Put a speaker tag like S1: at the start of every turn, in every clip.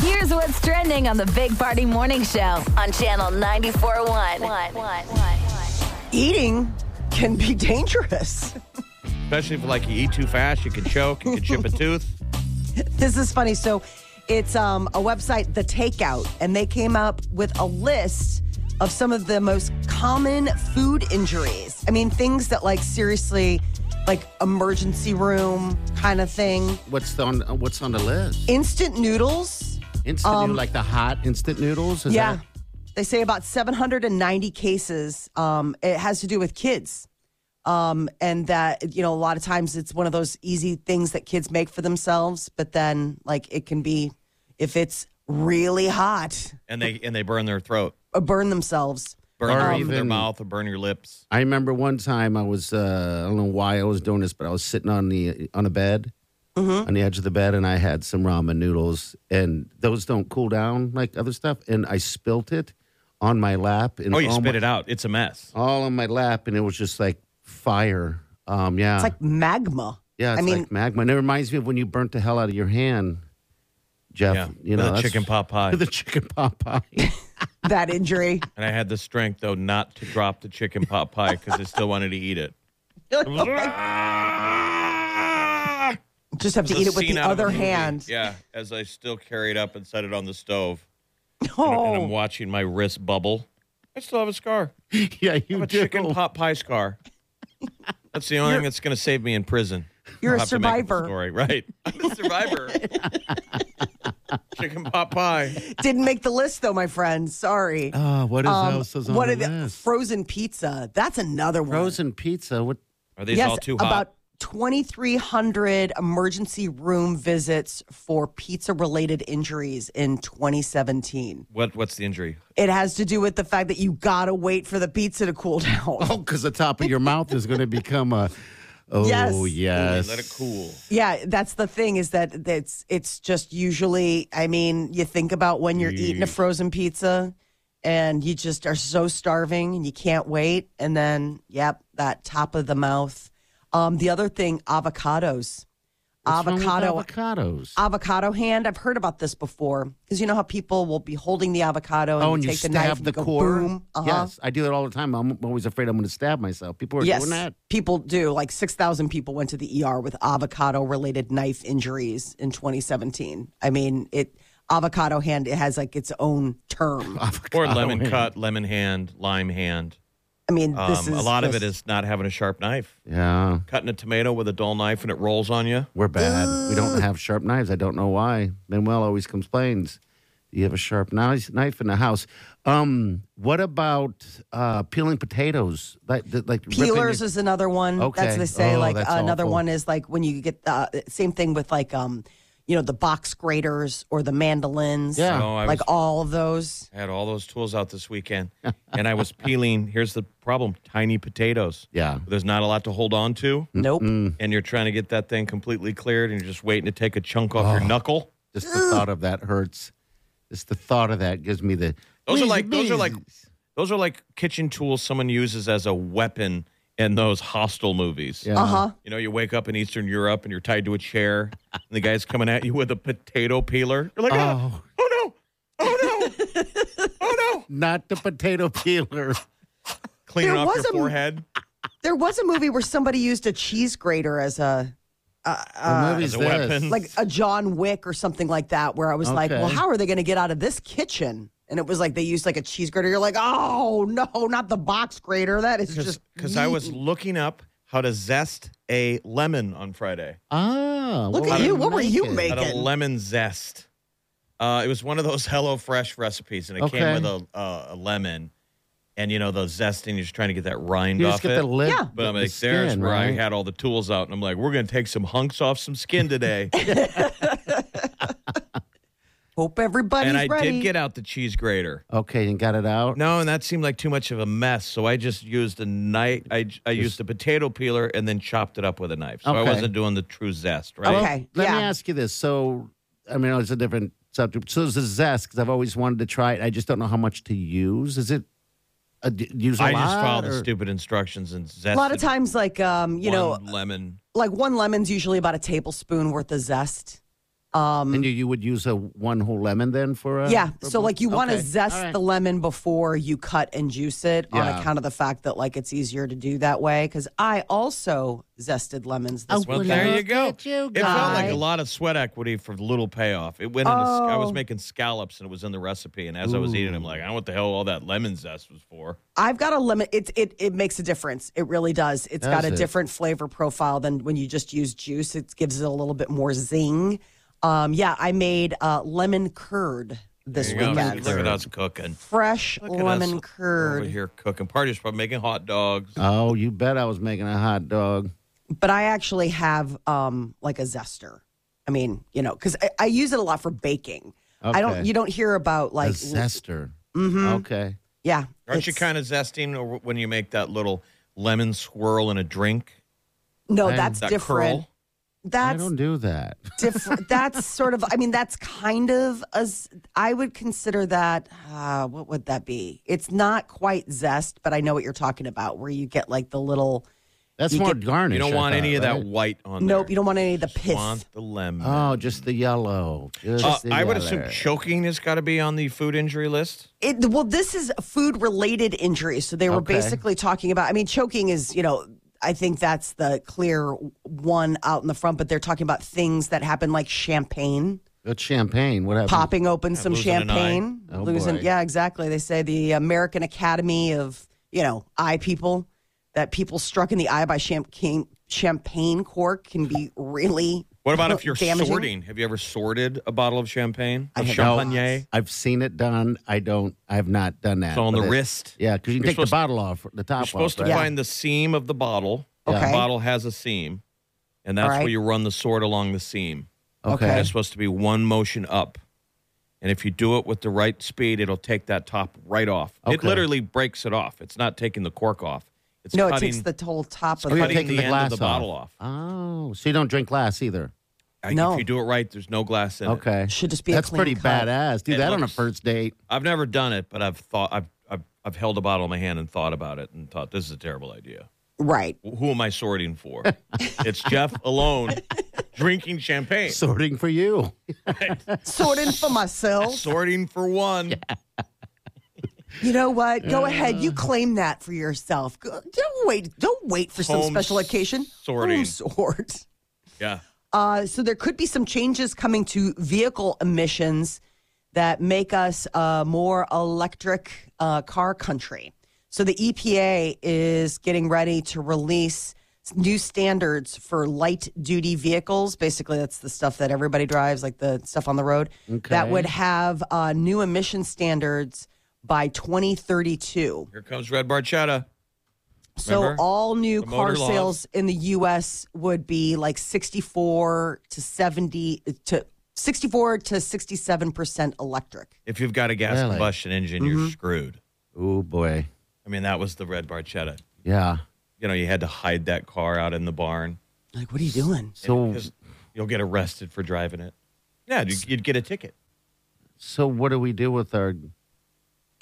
S1: Here's what's trending on the Big Party Morning Show on Channel 94.1.
S2: Eating can be dangerous.
S3: Especially if like you eat too fast, you can choke, you can chip a tooth.
S2: This is funny. So it's um, a website, The Takeout, and they came up with a list of some of the most common food injuries. I mean, things that like seriously, like emergency room kind of thing.
S4: What's the on What's on the list?
S2: Instant noodles.
S4: Instant noodle, like the hot instant noodles. Is
S2: Um, Yeah.
S4: that-
S2: They say about 790 cases. Um, it has to do with kids. Um, and that, you know, a lot of times it's one of those easy things that kids make for themselves, but then, like, it can be, if it's really hot,
S3: And they and they burn their throat.
S2: uh, burn themselves.
S3: Burn
S4: Or
S3: their,
S4: even-
S3: their mouth or burn your lips.
S4: I remember one time I was uh, I don't know why I was doing this, but I was sitting on the on a bed
S2: Mm-hmm.
S4: on the edge of the bed, and I had some ramen noodles, and those don't cool down like other stuff, and I spilt it on my lap, and
S3: Oh, you
S4: all
S3: spit
S4: my,
S3: it out. It's a mess.
S4: all on my lap, and it was just like fire. Um, yeah,
S2: It's like magma.
S4: yeah, it's
S2: I mean,
S4: like magma. And it reminds me of when you burnt the hell out of your hand, Jeff.
S3: Yeah.
S4: you
S3: With a
S4: know, that's-
S3: chicken pot pie.
S4: with a chicken pot pie.
S2: that injury.
S3: And I had the strength though not to drop the chicken pot pie because I still wanted to eat it. It was- Ah!
S2: Just have to eat it with
S3: Scene
S2: the
S3: out of a
S2: other
S3: movie.
S2: hand.
S3: Yeah, as I still carry it up and set it on the stove. And-
S2: Oh,
S3: And I'm watching my wrist bubble. I still have a scar.
S4: yeah,
S3: I
S4: you
S3: have a
S4: do.
S3: chicken pot pie scar. That's the only thing that's going to save me in prison.
S2: you're a
S3: I'll have to make up
S2: survivor.
S3: story, right? I'm a survivor. chicken pot pie.
S2: Didn't make the list, though, my friend. Sorry.
S4: Ah, what is
S2: Um,
S4: else is on
S2: what
S4: the
S2: are the-
S4: list?
S2: frozen pizza? That's another one.
S4: Frozen pizza. What?
S3: Are these
S2: yes,
S3: all too hot?
S2: about 2,300 emergency room visits for pizza-related injuries in 2017.
S3: what? What's the injury?
S2: It has to do with the fact that you gotta wait for the pizza to cool down.
S4: Oh, because the top of your mouth is going to become a. Oh
S2: Yes.
S4: yes.
S3: They let it cool.
S2: Yeah, that's the thing is that it's it's just usually I mean, you think about when you're eating a frozen pizza and you just are so starving and you can't wait and then yep, that top of the mouth. Um the other thing, avocados.
S4: What's wrong with
S2: avocado
S4: Avocados.
S2: avocado hand. I've heard about this before because you know how people will be holding the avocado and,
S4: oh, and
S2: you
S4: you
S2: take the knife
S4: stab
S2: and
S4: the
S2: go
S4: core.
S2: boom. Uh-huh.
S4: Yes, I do that all the time. I'm always afraid I'm going to stab myself. People are
S2: Yes,
S4: doing that.
S2: people do. Like 6,000 people went to the ER with avocado related knife injuries in 2017. I mean, it avocado hand, it has like its own term.
S3: Or
S4: Avocado
S3: lemon
S4: hand.
S3: cut, lemon hand, lime hand.
S2: I mean,
S3: Um,
S2: this is
S3: a lot of it
S2: just-
S3: is not having a sharp knife.
S4: Yeah,
S3: Cutting a tomato with a dull knife and it rolls on you.
S4: we're bad. We don't have sharp knives. I don't know why. Manuel always complains. You have a sharp knife knife in the house. Um, what about uh, peeling potatoes? Like, the- like ripping
S2: Peelers
S4: your-
S2: is another one.
S4: Okay.
S2: That's what they say.
S4: Oh,
S2: like
S4: that's
S2: another
S4: awful.
S2: one is like when you get the same thing with like um, you know, the box graters or the mandolins.
S4: Yeah.
S3: Oh, I
S2: like
S3: was-
S2: all of those.
S3: I had all those tools out this weekend and I was peeling. Here's the problem tiny potatoes.
S4: Yeah.
S3: There's not a lot to hold on to.
S2: Nope.
S3: And you're trying to get that thing completely cleared and you're just waiting to take a chunk off
S2: Oh.
S3: your knuckle.
S4: Just the thought of that hurts. Just the thought of that gives me the.
S3: Those are like- those are like-
S4: Wheeze.
S3: Those are like kitchen tools someone uses as a weapon in those hostile movies.
S4: Yeah.
S2: Uh huh.
S3: You know, you wake up in Eastern Europe and you're tied to a chair and the guy's coming at you with a potato peeler. You're like, oh,
S4: Oh,
S3: oh no, oh no, oh no.
S4: not the potato peeler.
S3: Cleaning
S2: There
S3: off
S2: was
S3: your
S2: a-
S3: forehead.
S2: There was a movie where somebody used a cheese grater as a
S4: What
S3: as
S4: movie's
S3: a
S4: this?
S3: weapon.
S2: Uh, like a John Wick or something like that, where I was like,
S4: Okay.
S2: well, how are they going to get out of this kitchen? And it was like they used like a cheese grater. You're like, oh no, not the box grater. That is just
S3: because I was
S2: meat."
S3: looking up how to zest a lemon on Friday.
S4: Ah,
S2: Look
S4: well,
S2: at
S4: I
S2: you.
S4: don't
S2: What were
S4: like
S2: you
S4: it.
S2: making?
S3: Had a lemon zest. Uh, it was one of those HelloFresh recipes, and it
S4: Okay.
S3: came with a, uh, a lemon, and you know the zest, and you're just trying to get that rind
S4: You
S3: off
S4: just get
S3: it.
S4: the lid.
S2: Yeah.
S3: but I'm
S4: the
S3: like, there's
S4: skin,
S3: where I
S4: right?
S3: had all the tools out, and I'm like, we're gonna take some hunks off some skin today.
S2: Hope everybody's
S3: and I
S2: ready.
S3: did get out the cheese grater.
S4: Okay, and got it out.
S3: No, and that seemed like too much of a mess. So I just used a knife. I, I used a potato peeler and then chopped it up with a knife. So I
S4: Okay.
S3: wasn't doing the true zest, right?
S2: Okay,
S4: Let
S2: yeah.
S4: me ask you this. So, I mean, it's a different subject. So, there's a zest because I've always wanted to try it. I just don't know how much to use. Is it a, d- use a
S3: I
S4: lot?
S3: just followed the
S4: or-
S3: stupid instructions and zested
S2: a lot of times, like um, you know,
S3: one lemon.
S2: like one lemon's usually about a tablespoon worth of zest. Um,
S4: And you, you would use a one whole lemon then for
S3: Uh,
S4: a
S2: yeah,
S4: for
S2: so
S4: both?
S2: like you want to
S4: Okay.
S2: zest
S4: All right.
S2: the lemon before you cut and juice it,
S4: Yeah.
S2: on account of the fact that like it's easier to do that way. Because I also zested lemons this
S4: Oh,
S2: week.
S3: Well,
S4: Well,
S3: there you
S4: look
S3: go.
S4: at you
S3: it felt like
S4: guys.
S3: a lot of sweat equity for little payoff. It went in. A, sc- I was
S2: Oh.
S3: making scallops and it was in the recipe. And as I was eating, I'm like, I don't know what the hell all that lemon zest was for.
S2: I've got a lemon. It it it makes a difference. It really does. It's got
S4: Does
S2: a
S4: it?
S2: different flavor profile than when you just use juice. It gives it a little bit more zing. Um, yeah, I made uh, lemon curd this
S3: There you go.
S2: weekend.
S3: Look at us cooking.
S2: Fresh
S3: Look at us
S2: lemon
S3: over
S2: curd. Uh,
S3: here cooking. Party's probably making hot dogs.
S4: Oh, you bet I was making a hot dog.
S2: But I actually have um, like a zester. I mean, you know, because I, I use it a lot for baking. I don't.
S4: Okay.
S2: You don't hear about
S4: A
S2: like
S4: zester.
S2: Mhm.
S4: Okay.
S2: yeah.
S3: Aren't you
S2: it's-
S3: kind of zesting or when you make that little lemon swirl in a drink?
S2: No,
S4: I'm-
S2: that's
S3: That
S2: different.
S3: curl?
S4: I
S2: That's
S4: don't do that.
S2: different. that's sort of. I mean, that's kind of as I would consider that. Uh, what would that be? It's not quite zest, but I know what you're talking about, where you get like the little.
S4: That's
S2: You
S4: more
S2: could-
S4: garnish.
S3: You don't
S4: I
S3: want
S4: thought,
S3: any of that
S4: right?
S3: white on there.
S2: Nope, you don't want any of the piss.
S3: want the lemon.
S4: Oh, just the yellow. Just
S3: Uh,
S4: the
S3: I would
S4: yellow.
S3: assume choking has got to be on the food injury list.
S2: It, well, this is food related injuries. So they were
S4: Okay.
S2: basically talking about, I mean, choking is, you know, I think that's the clear one out in the front, but they're talking about things that happen like champagne,
S4: But champagne. What happened?
S2: popping open some
S3: losing an eye.
S2: champagne,
S4: Oh,
S2: losing.
S4: boy.
S2: Yeah, exactly. They say the American Academy of, you know, eye people, that people struck in the eye by champagne, champagne cork can be really.
S3: What about if you're
S2: damaging.
S3: sorting? Have you ever sorted a bottle of champagne?
S2: I
S3: Of
S2: have
S3: champagne?
S2: not.
S4: I've seen it done. I don't. I have not done that.
S3: It's on the
S4: but it-
S3: wrist.
S4: Yeah, because you
S3: You're
S4: can take the
S3: supposed-
S4: bottle off, the top
S3: You're supposed
S4: off.
S3: to
S4: right?
S3: find the seam of the bottle.
S2: Okay.
S3: The bottle has a seam, and that's
S2: All right.
S3: where you run the sword along the seam.
S4: Okay.
S3: And it's supposed to be one motion up. And if you do it with the right speed, it'll take that top right off. It
S4: Okay.
S3: literally breaks it off. It's not taking the cork off. It's
S2: no,
S3: cutting,
S2: it takes the whole top of
S4: Oh,
S3: cutting
S4: you're
S2: the.
S4: taking
S3: the,
S4: the
S3: end
S4: glass
S3: of the bottle off.
S4: Oh, so you don't drink glass either.
S3: Like,
S2: No.
S3: If you do it right, there's no glass in it.
S4: Okay.
S2: Should just be a
S4: That's
S2: clean
S4: pretty
S2: cut.
S4: badass. Do
S3: It
S4: that on a
S3: looks-
S4: first date.
S3: I've never done it, but I've thought I've, I've I've held a bottle in my hand and thought about it and thought this is a terrible idea.
S2: Right.
S3: Who am I sorting for? it's Jeff alone drinking champagne.
S4: Sorting for you.
S2: Sorting for myself.
S3: sorting for one.
S2: You know what? Go ahead. You claim that for yourself. Go- Don't wait. Don't wait for some
S3: Home
S2: special occasion.
S3: sorting.
S2: Home sort.
S3: Yeah.
S2: Uh, so there could be some changes coming to vehicle emissions that make us a more electric uh, car country. So the EPA is getting ready to release new standards for light duty vehicles. Basically, that's the stuff that everybody drives, like the stuff on the road, that
S4: Okay.
S2: would have uh, new emission standards by 2032.
S3: Here comes Red Barchetta.
S2: So
S3: Remember?
S2: all new
S3: The
S2: car
S3: motor laws.
S2: sales in the U.S. would be like 64 to 70 to 64 to 67 percent electric.
S3: If you've got a gas
S4: Really?
S3: combustion engine,
S2: Mm-hmm.
S3: you're screwed.
S4: Oh boy.
S3: I mean, that was the Red Barchetta.
S4: Yeah.
S3: You know, you had to hide that car out in the barn
S2: Like, what are you doing?
S4: So
S3: because you'll get arrested for driving it. Yeah, you'd, you'd get a ticket.
S4: so what do we do with our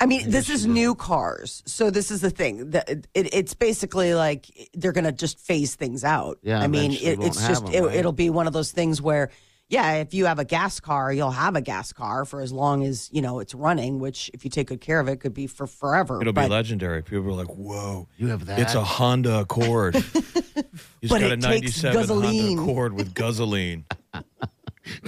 S2: I mean, this is new cars, so this is the thing. that it, it's basically like they're going to just phase things out.
S4: Yeah,
S2: I mean,
S4: eventually we
S2: it's
S4: won't
S2: just
S4: have 'em,
S2: it,
S4: right?
S2: it'll be one of those things where, yeah, if you have a gas car, you'll have a gas car for as long as you know it's running. Which, if you take good care of it, could be for forever.
S3: It'll
S2: but
S3: be legendary. People are like, "Whoa,
S4: You have that?
S3: It's a Honda Accord. You just
S2: But
S3: got a
S2: it takes
S3: '97
S2: gasoline.
S3: Honda Accord with gasoline.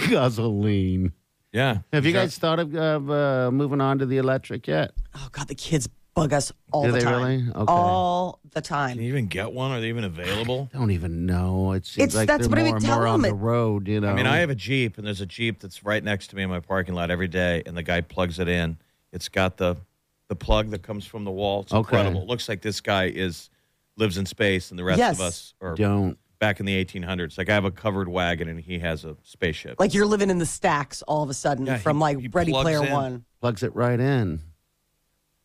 S4: gasoline?
S3: Yeah.
S4: Have you guys thought of, of uh, moving on to the electric yet?
S2: Oh God, the kids bug us all
S4: Do
S2: the
S4: they
S2: time.
S4: really? Okay.
S2: All the
S3: Can you
S2: time.
S3: even get one? Are they even available?
S4: Don't even know. It
S2: It's-
S4: seems like
S2: that's
S4: they're
S2: what I
S4: more
S2: mean.
S4: and
S2: Tell
S4: more on
S2: them
S4: the
S2: it-
S4: road. You know.
S3: I mean, I have a Jeep, and there's a Jeep that's right next to me in my parking lot every day, and the guy plugs it in. It's got the the plug that comes from the wall. It's
S4: Okay.
S3: incredible. It looks like this guy is lives in space, and the rest
S2: Yes.
S3: of us are
S4: don't.
S3: back in the 1800s. Like I have a covered wagon and he has a spaceship.
S2: Like you're living in the stacks all of a sudden
S3: Yeah, he-
S2: from like
S3: he
S2: Ready
S3: plugs
S2: Player
S3: in.
S2: One.
S4: Plugs it right in.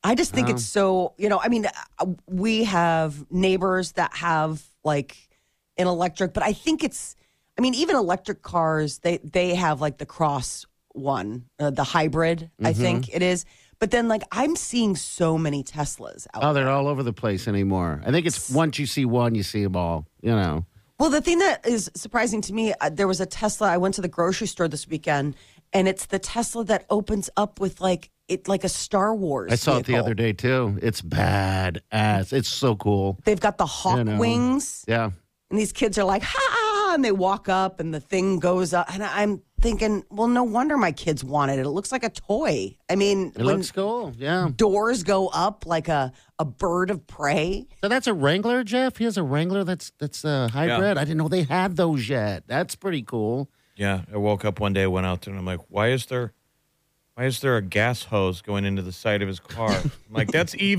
S2: I just
S4: Oh.
S2: think it's so, you know, I mean, uh, we have neighbors that have like an electric, but I think it's, I mean, even electric cars, they, they have like the cross one, uh, the hybrid, I
S4: Mm-hmm.
S2: think it is. But then like I'm seeing so many Teslas out
S4: Oh, they're all over the place anymore. I think it's once you see one, you see them all. You know,
S2: Well, the thing that is surprising to me, uh, there was a Tesla. I went to the grocery store this weekend, and it's the Tesla that opens up with like it, like a Star Wars.
S4: I saw it the
S2: vehicle.
S4: other day too. It's bad ass. It's so cool.
S2: They've got the hawk
S4: You know.
S2: wings,
S4: Yeah,
S2: and these kids are like, ha! And they walk up, and the thing goes up. And I'm thinking, well, no wonder my kids wanted it. It looks like a toy. I mean,
S4: it
S2: when
S4: looks cool. Yeah.
S2: doors go up like a a bird of prey.
S4: So that's a Wrangler, Jeff. He has a Wrangler that's that's a hybrid. I didn't know they had those yet. That's pretty cool.
S3: Yeah, I woke up one day, went out there, and I'm like, why is there, why is there a gas hose going into the side of his car? I'm like that's E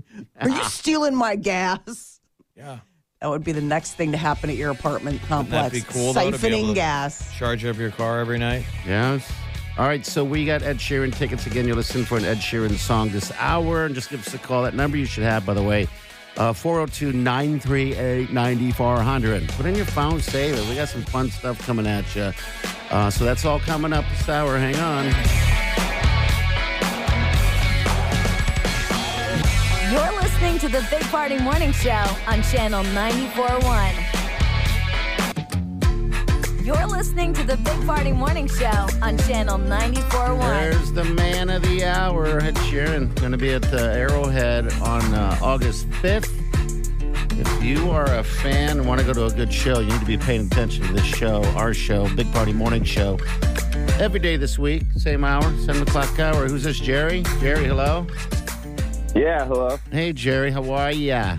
S3: EV.
S2: Are you stealing my gas?
S3: Yeah,
S2: That would be the next thing to happen at your apartment complex.
S3: that'd be cool. though, to be
S2: Siphoning
S3: able to
S2: gas.
S3: Charge up your car every night.
S4: Yes. All right, so we got Ed Sheeran tickets again. You're listening for an Ed Sheeran song this hour, and just give us a call. That number you should have, by the way, uh, 402 938 9400. Put in your phone, save it. We got some fun stuff coming at you. Uh, so that's all coming up this hour. Hang on.
S1: You're listening to the Big Party Morning Show on Channel 94.1. You're listening to the Big Party Morning Show on Channel 94.1.
S4: There's the man of the hour, Ed Sheeran. Going to be at the Arrowhead on uh, August 5th. If you are a fan and want to go to a good show, you need to be paying attention to this show, our show, Big Party Morning Show. Every day this week, same hour, 7 o'clock hour. Who's this, Jerry? Jerry, hello.
S5: Yeah, hello.
S4: Hey, Jerry, how are ya?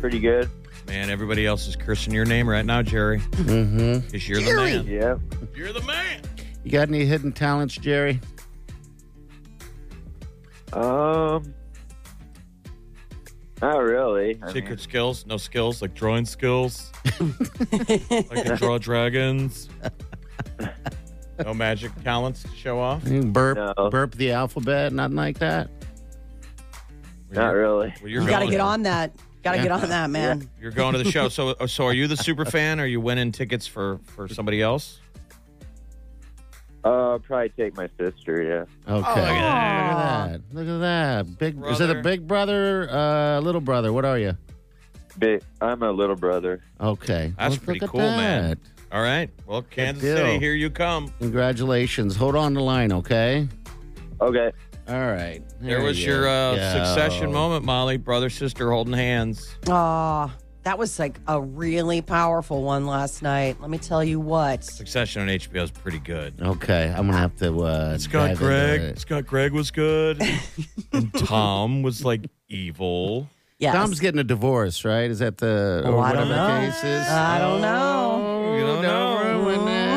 S5: Pretty good.
S3: Man, everybody else is cursing your name right now, Jerry,
S4: Mm-hmm.
S3: because you're
S2: Jerry!
S3: the man.
S5: Yeah.
S3: You're the man.
S4: You got any hidden talents, Jerry?
S5: Um. Not really. I
S3: Secret skills, no skills, like drawing skills. like to draw dragons. No magic talents to show off.
S4: You can burp,
S5: No.
S4: burp the alphabet, nothing like that.
S5: mean, not really.
S3: Well,
S2: You
S3: you're
S2: got to
S3: going-
S2: get on that. Got to
S4: Yeah.
S2: get on that, man.
S3: You're going to the show. So, uh, so are you the super fan? Are you winning tickets for for somebody else?
S5: Uh, probably take my sister. Yeah.
S4: Okay. look
S3: at
S4: at that. Look at that. Big is it a
S3: Oh. Brother.
S4: big brother, uh, little brother? What are you?
S5: But I'm a little brother.
S4: Okay.
S3: That's
S4: Look- look
S3: pretty
S4: at
S3: cool, man.
S4: that.
S3: All right. Well, Kansas
S4: deal.
S3: City, here you come.
S4: Congratulations. Hold on the line, okay?
S5: Okay.
S4: All right.
S3: There was
S4: you
S3: your uh,
S4: go.
S3: succession moment, Molly. Brother sister holding hands.
S2: Aw, that was like a really powerful one last night. Let me tell you what.
S3: Succession on HBO is pretty good.
S4: Okay, I'm gonna have to. Uh, dive into it.
S3: Scott Greg was good. and Tom was like evil.
S2: Yes.
S4: Tom's getting a divorce, right? Is that the
S2: Oh,
S4: or
S2: I
S4: whatever
S2: don't know. Uh,
S4: the case is?
S2: I don't know.
S4: Oh,
S3: You don't know.
S4: ruin it.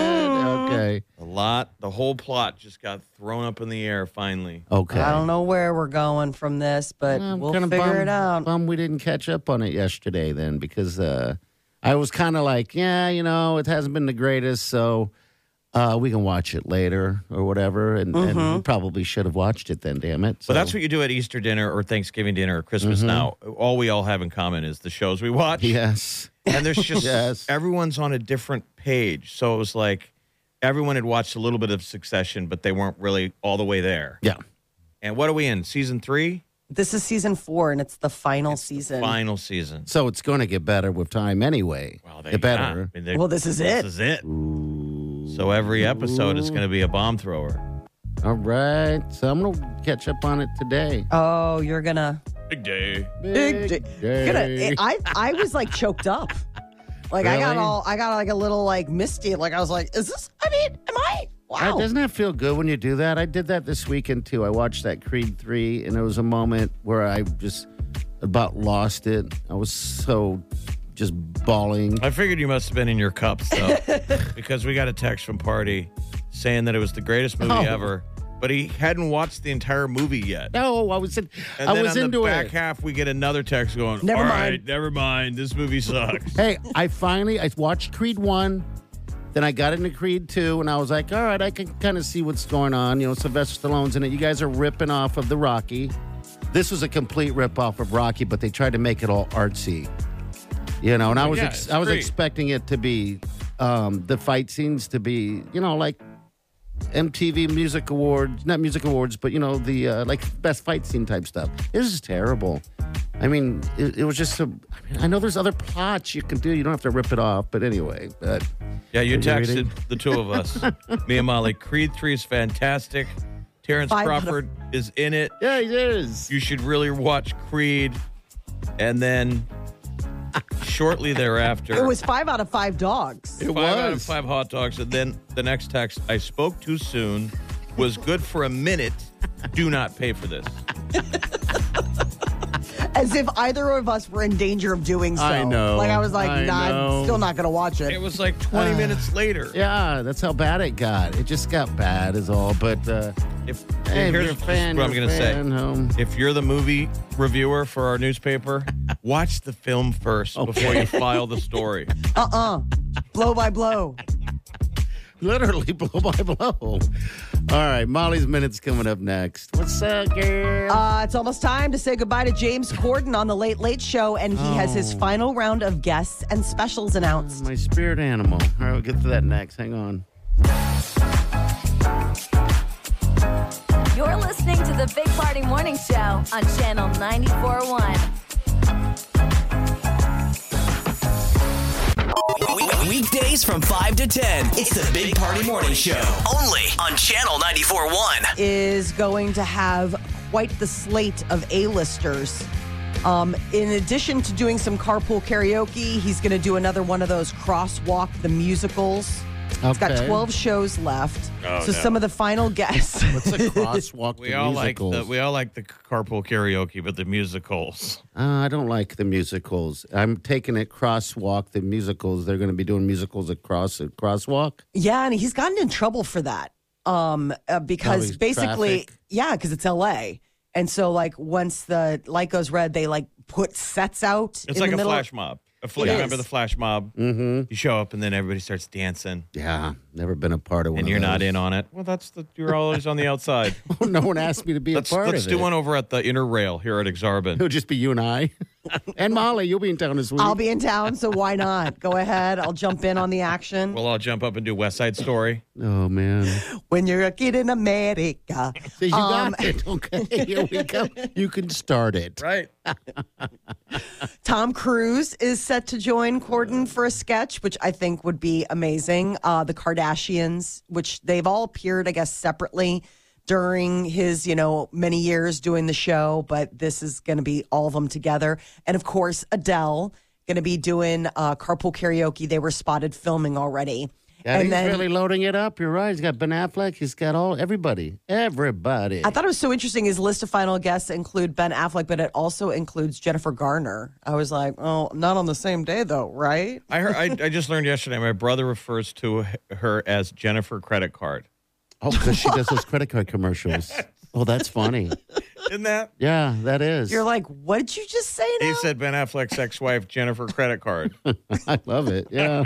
S4: Okay.
S3: A lot. The whole plot just got thrown up in the air. Finally,
S4: Okay.
S2: I don't know where we're going from this, but
S4: I'm
S2: we'll
S4: Um, kinda
S2: figure
S4: bummed,
S2: it out.
S4: bummed we didn't catch up on it yesterday then because uh, I was kind of like, yeah, you know, it hasn't been the greatest, so uh, we can watch it later or whatever. And,
S2: Mm-hmm.
S4: and we probably should have watched it then, damn it.
S3: but that's what you do at Easter dinner or Thanksgiving dinner or Christmas. Now, all we all have in common is the shows we watch.
S4: Yes.
S3: And there's just
S4: Yes.
S3: everyone's on a different page, so it was like everyone had watched a little bit of Succession, but they weren't really all the way there.
S4: Yeah.
S3: And what are we in? Season three,
S2: This is season four, and it's the final season.
S3: final season.
S4: So it's going to get better with time anyway.
S3: Wow,
S4: Get better.
S3: I mean, they-
S2: Well, this is it.
S3: This is it. So every episode is going to be a bomb thrower.
S4: All right. So I'm going to catch up on it today.
S2: Oh, you're gonna.
S3: Big day.
S2: Big di-
S4: day.
S2: Gonna, eh, I I was like choked up. Like I got
S4: Really?
S2: all I got like a little like misty. Like I was like, is this? I mean, am I?
S4: Right,
S2: Wow.
S4: doesn't that feel good when you do that? I did that this weekend too. I watched that Creed 3, and there was a moment where I just about lost it. I was so just bawling.
S3: I figured you must have been in your cups though, because we got a text from Party saying that it was the greatest movie
S4: Oh.
S3: ever, but he hadn't watched the entire movie yet.
S4: No, I was in,
S3: And
S4: I
S3: then
S4: was
S3: on
S4: into
S3: the
S4: it.
S3: back half, we get another text going.
S2: Never
S3: "All
S2: mind."
S3: right, never mind. This movie sucks.
S4: Hey, I finally I watched Creed one, then I got into Creed two, and I was like, all right, I can kind of see what's going on. You know, Sylvester Stallone's in it. You guys are ripping off of the Rocky. This was a complete rip off of Rocky, but they tried to make it all artsy. You know, and I was
S3: yeah,
S4: ex-
S3: it's
S4: I was
S3: Creed.
S4: expecting it to be um, the fight scenes to be you know like MTV Music Awards, not Music Awards, but you know the uh, like best fight scene type stuff. It was just terrible. I mean, it, it was just. A, I, mean, I know there's other plots you can do. You don't have to rip it off, but anyway. But
S3: yeah, you
S4: Are you reading?
S3: texted the two of us, me and Molly. Creed three is fantastic. Terrence
S2: Five out of-
S3: Crawford is in it.
S4: yeah, it is.
S3: You should really watch Creed. And then shortly thereafter,
S2: It was five out of five dogs.
S4: It
S3: five out of
S4: was.
S3: five hot dogs. And then the next text, I spoke too soon, was good for a minute. Do not pay for this.
S2: As if either of us were in danger of doing so.
S4: I know.
S2: Like I was like,
S4: I
S2: nah,
S4: know.
S2: I'm still not gonna watch it.
S3: It was like 20 minutes later.
S4: Uh, Yeah, that's how bad it got. It just got bad, is all. But uh,
S3: If,
S4: hey, if
S3: here's
S4: you're a fan,
S3: what I'm
S4: you're
S3: going
S4: a
S3: to say.
S4: fan, um,
S3: If you're the movie reviewer for our newspaper, watch the film first before you file the story.
S2: uh-uh. blow by blow.
S4: literally blow by blow. All right, Molly's minute's coming up next. What's up, girl?
S2: Uh, it's almost time to say goodbye to James Corden on the Late Late Show, and he has his
S4: Oh.
S2: final round of guests and specials announced.
S4: My spirit animal. All right, we'll get to that next. Hang on.
S1: You're listening to the Big Party Morning Show on Channel 94.1.
S6: Weekdays from 5 to 10. It's the Big Party Morning Show. Only on Channel 94.1.
S2: is going to have quite the slate of A-listers. Um, in addition to doing some carpool karaoke, he's going to do another one of those crosswalk the musicals. It's got
S4: Okay.
S2: 12 shows left.
S3: Oh,
S2: so
S3: no.
S2: some of the final guests.
S4: It's a crosswalk.
S3: We
S4: to
S3: all
S4: musicals.
S3: like the we all like the carpool karaoke, but the musicals.
S4: Uh, I don't like the musicals. I'm taking it crosswalk. The musicals. They're going to be doing musicals across at crosswalk.
S2: yeah, and he's gotten in trouble for that. Um, uh, because
S4: Probably
S2: basically,
S4: traffic.
S2: yeah, because it's LA. And so, like, once the light goes red, they like put sets out.
S3: It's
S2: in
S3: like
S2: the
S3: a
S2: middle.
S3: flash mob. A fl-
S2: It
S3: you remember
S2: is.
S3: the flash mob?
S4: Mm-hmm.
S3: You show up and then everybody starts dancing,
S4: Yeah, never been a part of one.
S3: and
S4: of
S3: you're not
S4: those.
S3: in on it. Well, that's the you're always on the outside.
S4: no one asked me to be
S3: Let's
S4: a part
S3: let's
S4: of
S3: do
S4: it.
S3: one over at the inner rail here at Exarban.
S4: It'll just be you and I, and Molly. You'll be in town this week.
S2: I'll be in town, so why not? Go ahead. I'll jump in on the action.
S3: Well, I'll jump up and do West Side Story.
S4: Oh man,
S2: when you're a kid in America.
S4: so you
S2: Um,
S4: got it. Okay, here we go. You can start it.
S3: Right.
S2: Tom Cruise is set to join Corden for a sketch, which I think would be amazing. Uh, the Kardashians, which they've all appeared, I guess, separately during his, you know, many years doing the show, but this is going to be all of them together. And of course, Adele going to be doing uh, carpool karaoke. They were spotted filming already.
S4: Yeah, he's really loading it up. You're right. He's got Ben Affleck. He's got all everybody. Everybody.
S2: I thought it was so interesting. His list of final guests include Ben Affleck, but it also includes Jennifer Garner. I was like, oh, not on the same day though, right?
S3: I heard. I, I just learned yesterday. My brother refers to h- her as Jennifer Credit Card.
S4: oh, because she does those credit card commercials. Oh, that's funny.
S3: Isn't that?
S4: Yeah, that is.
S2: You're like, what did you just say now?
S3: He said Ben Affleck's ex-wife Jennifer Credit Card.
S4: I love it. Yeah.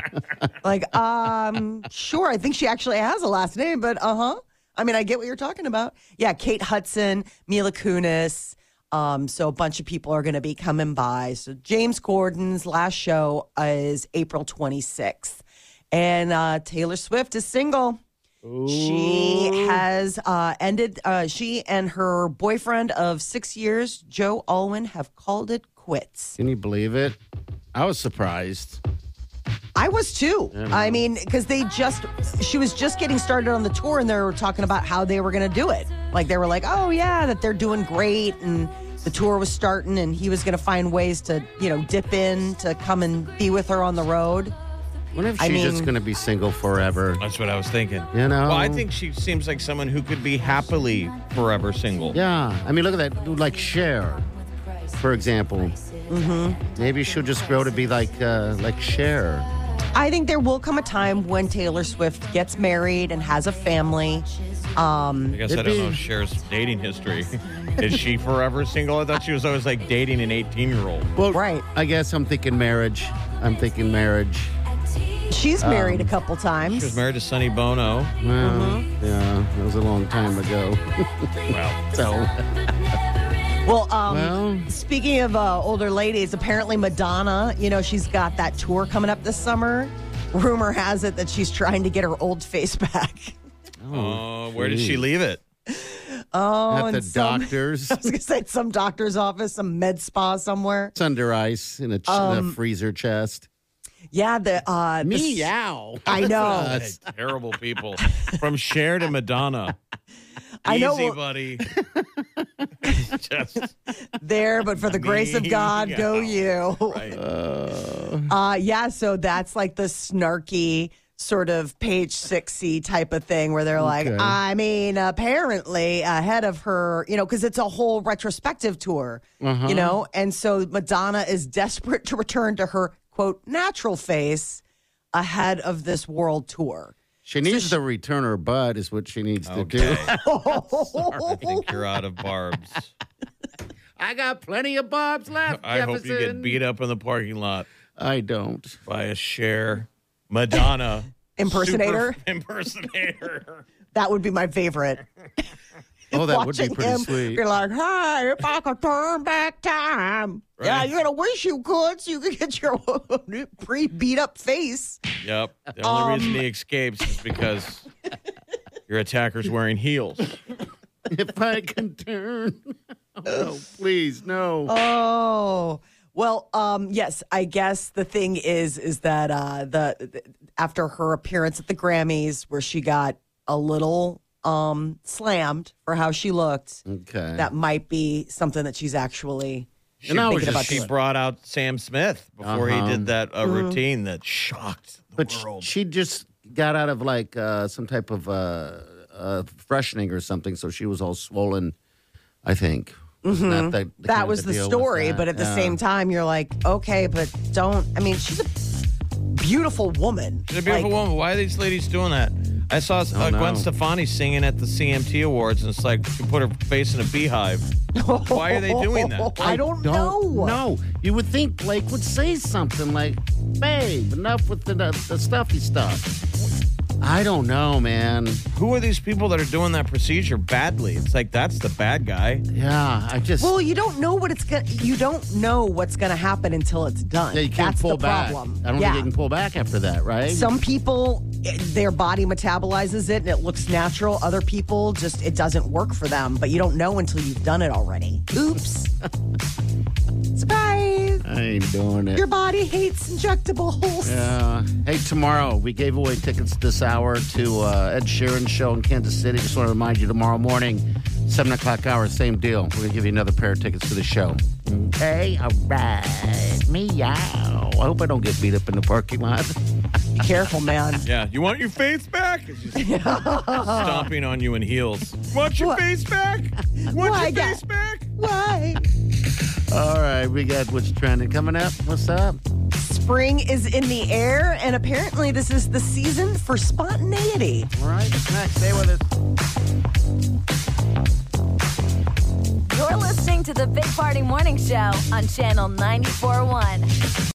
S2: like, um, sure. I think she actually has a last name, but uh huh. I mean, I get what you're talking about. Yeah, Kate Hudson, Mila Kunis. Um, so a bunch of people are going to be coming by. So James Corden's last show is April 26th, and uh, Taylor Swift is single. She has uh, ended. Uh, she and her boyfriend of six years, Joe Alwyn, have called it quits.
S4: Can you believe it? I was surprised.
S2: I was too. I mean, because they just, she was just getting started on the tour and they were talking about how they were going to do it. Like they were like, oh yeah, that they're doing great and the tour was starting and he was going to find ways to, you know, dip in to come and be with her on the road.
S4: What if she's
S2: I
S4: just
S2: mean-
S4: going to be single forever?
S3: That's what I was thinking.
S4: You know?
S3: Well, I think she seems like someone who could be happily forever single.
S4: Yeah. I mean, look at that. dude, Like Cher, for example. Mm-hmm. Maybe she'll just grow to be like uh, like Cher.
S2: I think there will come a time when Taylor Swift gets married and has a family. Um,
S3: I guess I don't know Cher's dating history. Is she forever single? I thought she was always like dating an 18 year old.
S4: Well,
S2: Right.
S4: I guess I'm thinking marriage. I'm thinking marriage.
S2: she's married a couple
S3: Um, She was
S2: times.
S3: married to Sonny Bono.
S4: Well, Mm-hmm. Yeah, that was a long time ago.
S3: Well,
S4: so,
S2: Well, um,
S4: well,
S2: speaking of uh, older ladies, apparently Madonna, you know, she's got that tour coming up this summer. Rumor has it that she's trying to get her old face back.
S3: uh, where did she
S4: geez.
S3: leave it?
S2: Oh,
S4: at the
S2: and some-
S4: doctor's.
S2: I was gonna say it's some doctor's office, some med spa somewhere.
S4: It's under ice in a, ch- a freezer chest.
S2: Yeah, the uh, the-
S4: Meow.
S2: I know.
S4: That's-
S3: Terrible people. From Cher to Madonna.
S2: I know,
S3: Easy,
S2: well-
S3: buddy. Just
S2: there, but for the grace of God, go you.
S3: right.
S2: Uh, yeah, so that's like the snarky sort of page sixy type of thing where they're like,
S4: Okay.
S2: I mean, apparently ahead of her, you know, because it's a whole retrospective tour, you know, and so Madonna is desperate to return to her quote natural face ahead of this world tour.
S4: she needs to return her butt, is what she needs to do.
S3: I think you're out of barbs.
S4: I got plenty of bobs left.
S3: I hope you get beat up in the parking lot
S4: I don't.
S3: by a Cher Madonna
S2: Impersonator.
S3: super- impersonator.
S2: That would be my favorite.
S4: Oh, that would be
S2: Watching
S4: pretty
S2: him
S4: sweet.
S2: Be like, hey, if I could turn back time. Yeah,
S3: Right.
S2: you're gonna wish you could so you could get your pre beat up face.
S3: Yep. The only
S4: Um,
S3: reason he escapes is because your attacker's wearing heels.
S4: if I can turn. Oh, no, please, no.
S2: Oh. Well, um, yes, I guess the thing is is that uh the, the- after her appearance at the Grammys where she got a little um slammed for how she looked,
S4: Mm, okay.
S2: that might be something that she's actually
S3: She,
S4: And I was
S3: she
S4: just-
S3: brought out Sam Smith before
S4: Uh-huh.
S3: he did that uh, routine that shocked the
S4: but sh-
S3: world.
S4: she just got out of like uh, some type of uh, uh, freshening or something, so she was all swollen, I think. Wasn't That, the- the kind
S2: Mm-hmm. that
S4: of
S2: was the
S4: deal with
S2: story
S4: that?
S2: but at the
S4: Yeah.
S2: same time you're like okay but don't i mean she's a beautiful woman
S3: She's a beautiful
S2: Like,
S3: woman. Why are these ladies doing that? I saw uh,
S4: no.
S3: Gwen Stefani singing at the CMT Awards, and it's like she put her face in a beehive. Why are they doing that?
S2: i don't, know
S4: No, you would think Blake would say something like, "Babe, enough with the, the stuffy stuff." I don't know, man.
S3: Who are these people that are doing that procedure badly? It's like that's the bad guy.
S4: Yeah, I just
S2: well you don't know what it's gonna you don't know what's gonna happen until it's done
S4: yeah, you can't
S2: That's
S4: pull
S2: the
S4: back.
S2: problem
S4: I don't
S2: yeah
S4: think you can pull back after that, right?
S2: some people eh, their body metabolizes it and it looks natural other people just it doesn't work for them but you don't know until you've done it already oops surprise
S4: I ain't doing it.
S2: your body hates injectables
S4: Yeah. Uh, Hey, tomorrow we gave away tickets this hour to uh, Ed Sheeran's show in Kansas City. Just want to remind you, tomorrow morning, seven o'clock hour, same deal. We're gonna give you another pair of tickets to the show. Okay, all right. Meow. I hope I don't get beat up in the parking lot.
S2: be careful man
S3: Yeah, you want your face back? It's just stomping on you in heels. You want your
S2: What?
S3: face back? You Want
S2: Why,
S3: your face
S2: God?
S3: back?
S2: Why?
S4: All right, we got what's trending coming up. What's up?
S2: Spring is in the air, and apparently, this is the season for spontaneity.
S4: All right, it's next. Stay with us.
S1: You're listening to the Big Party Morning Show on Channel 941.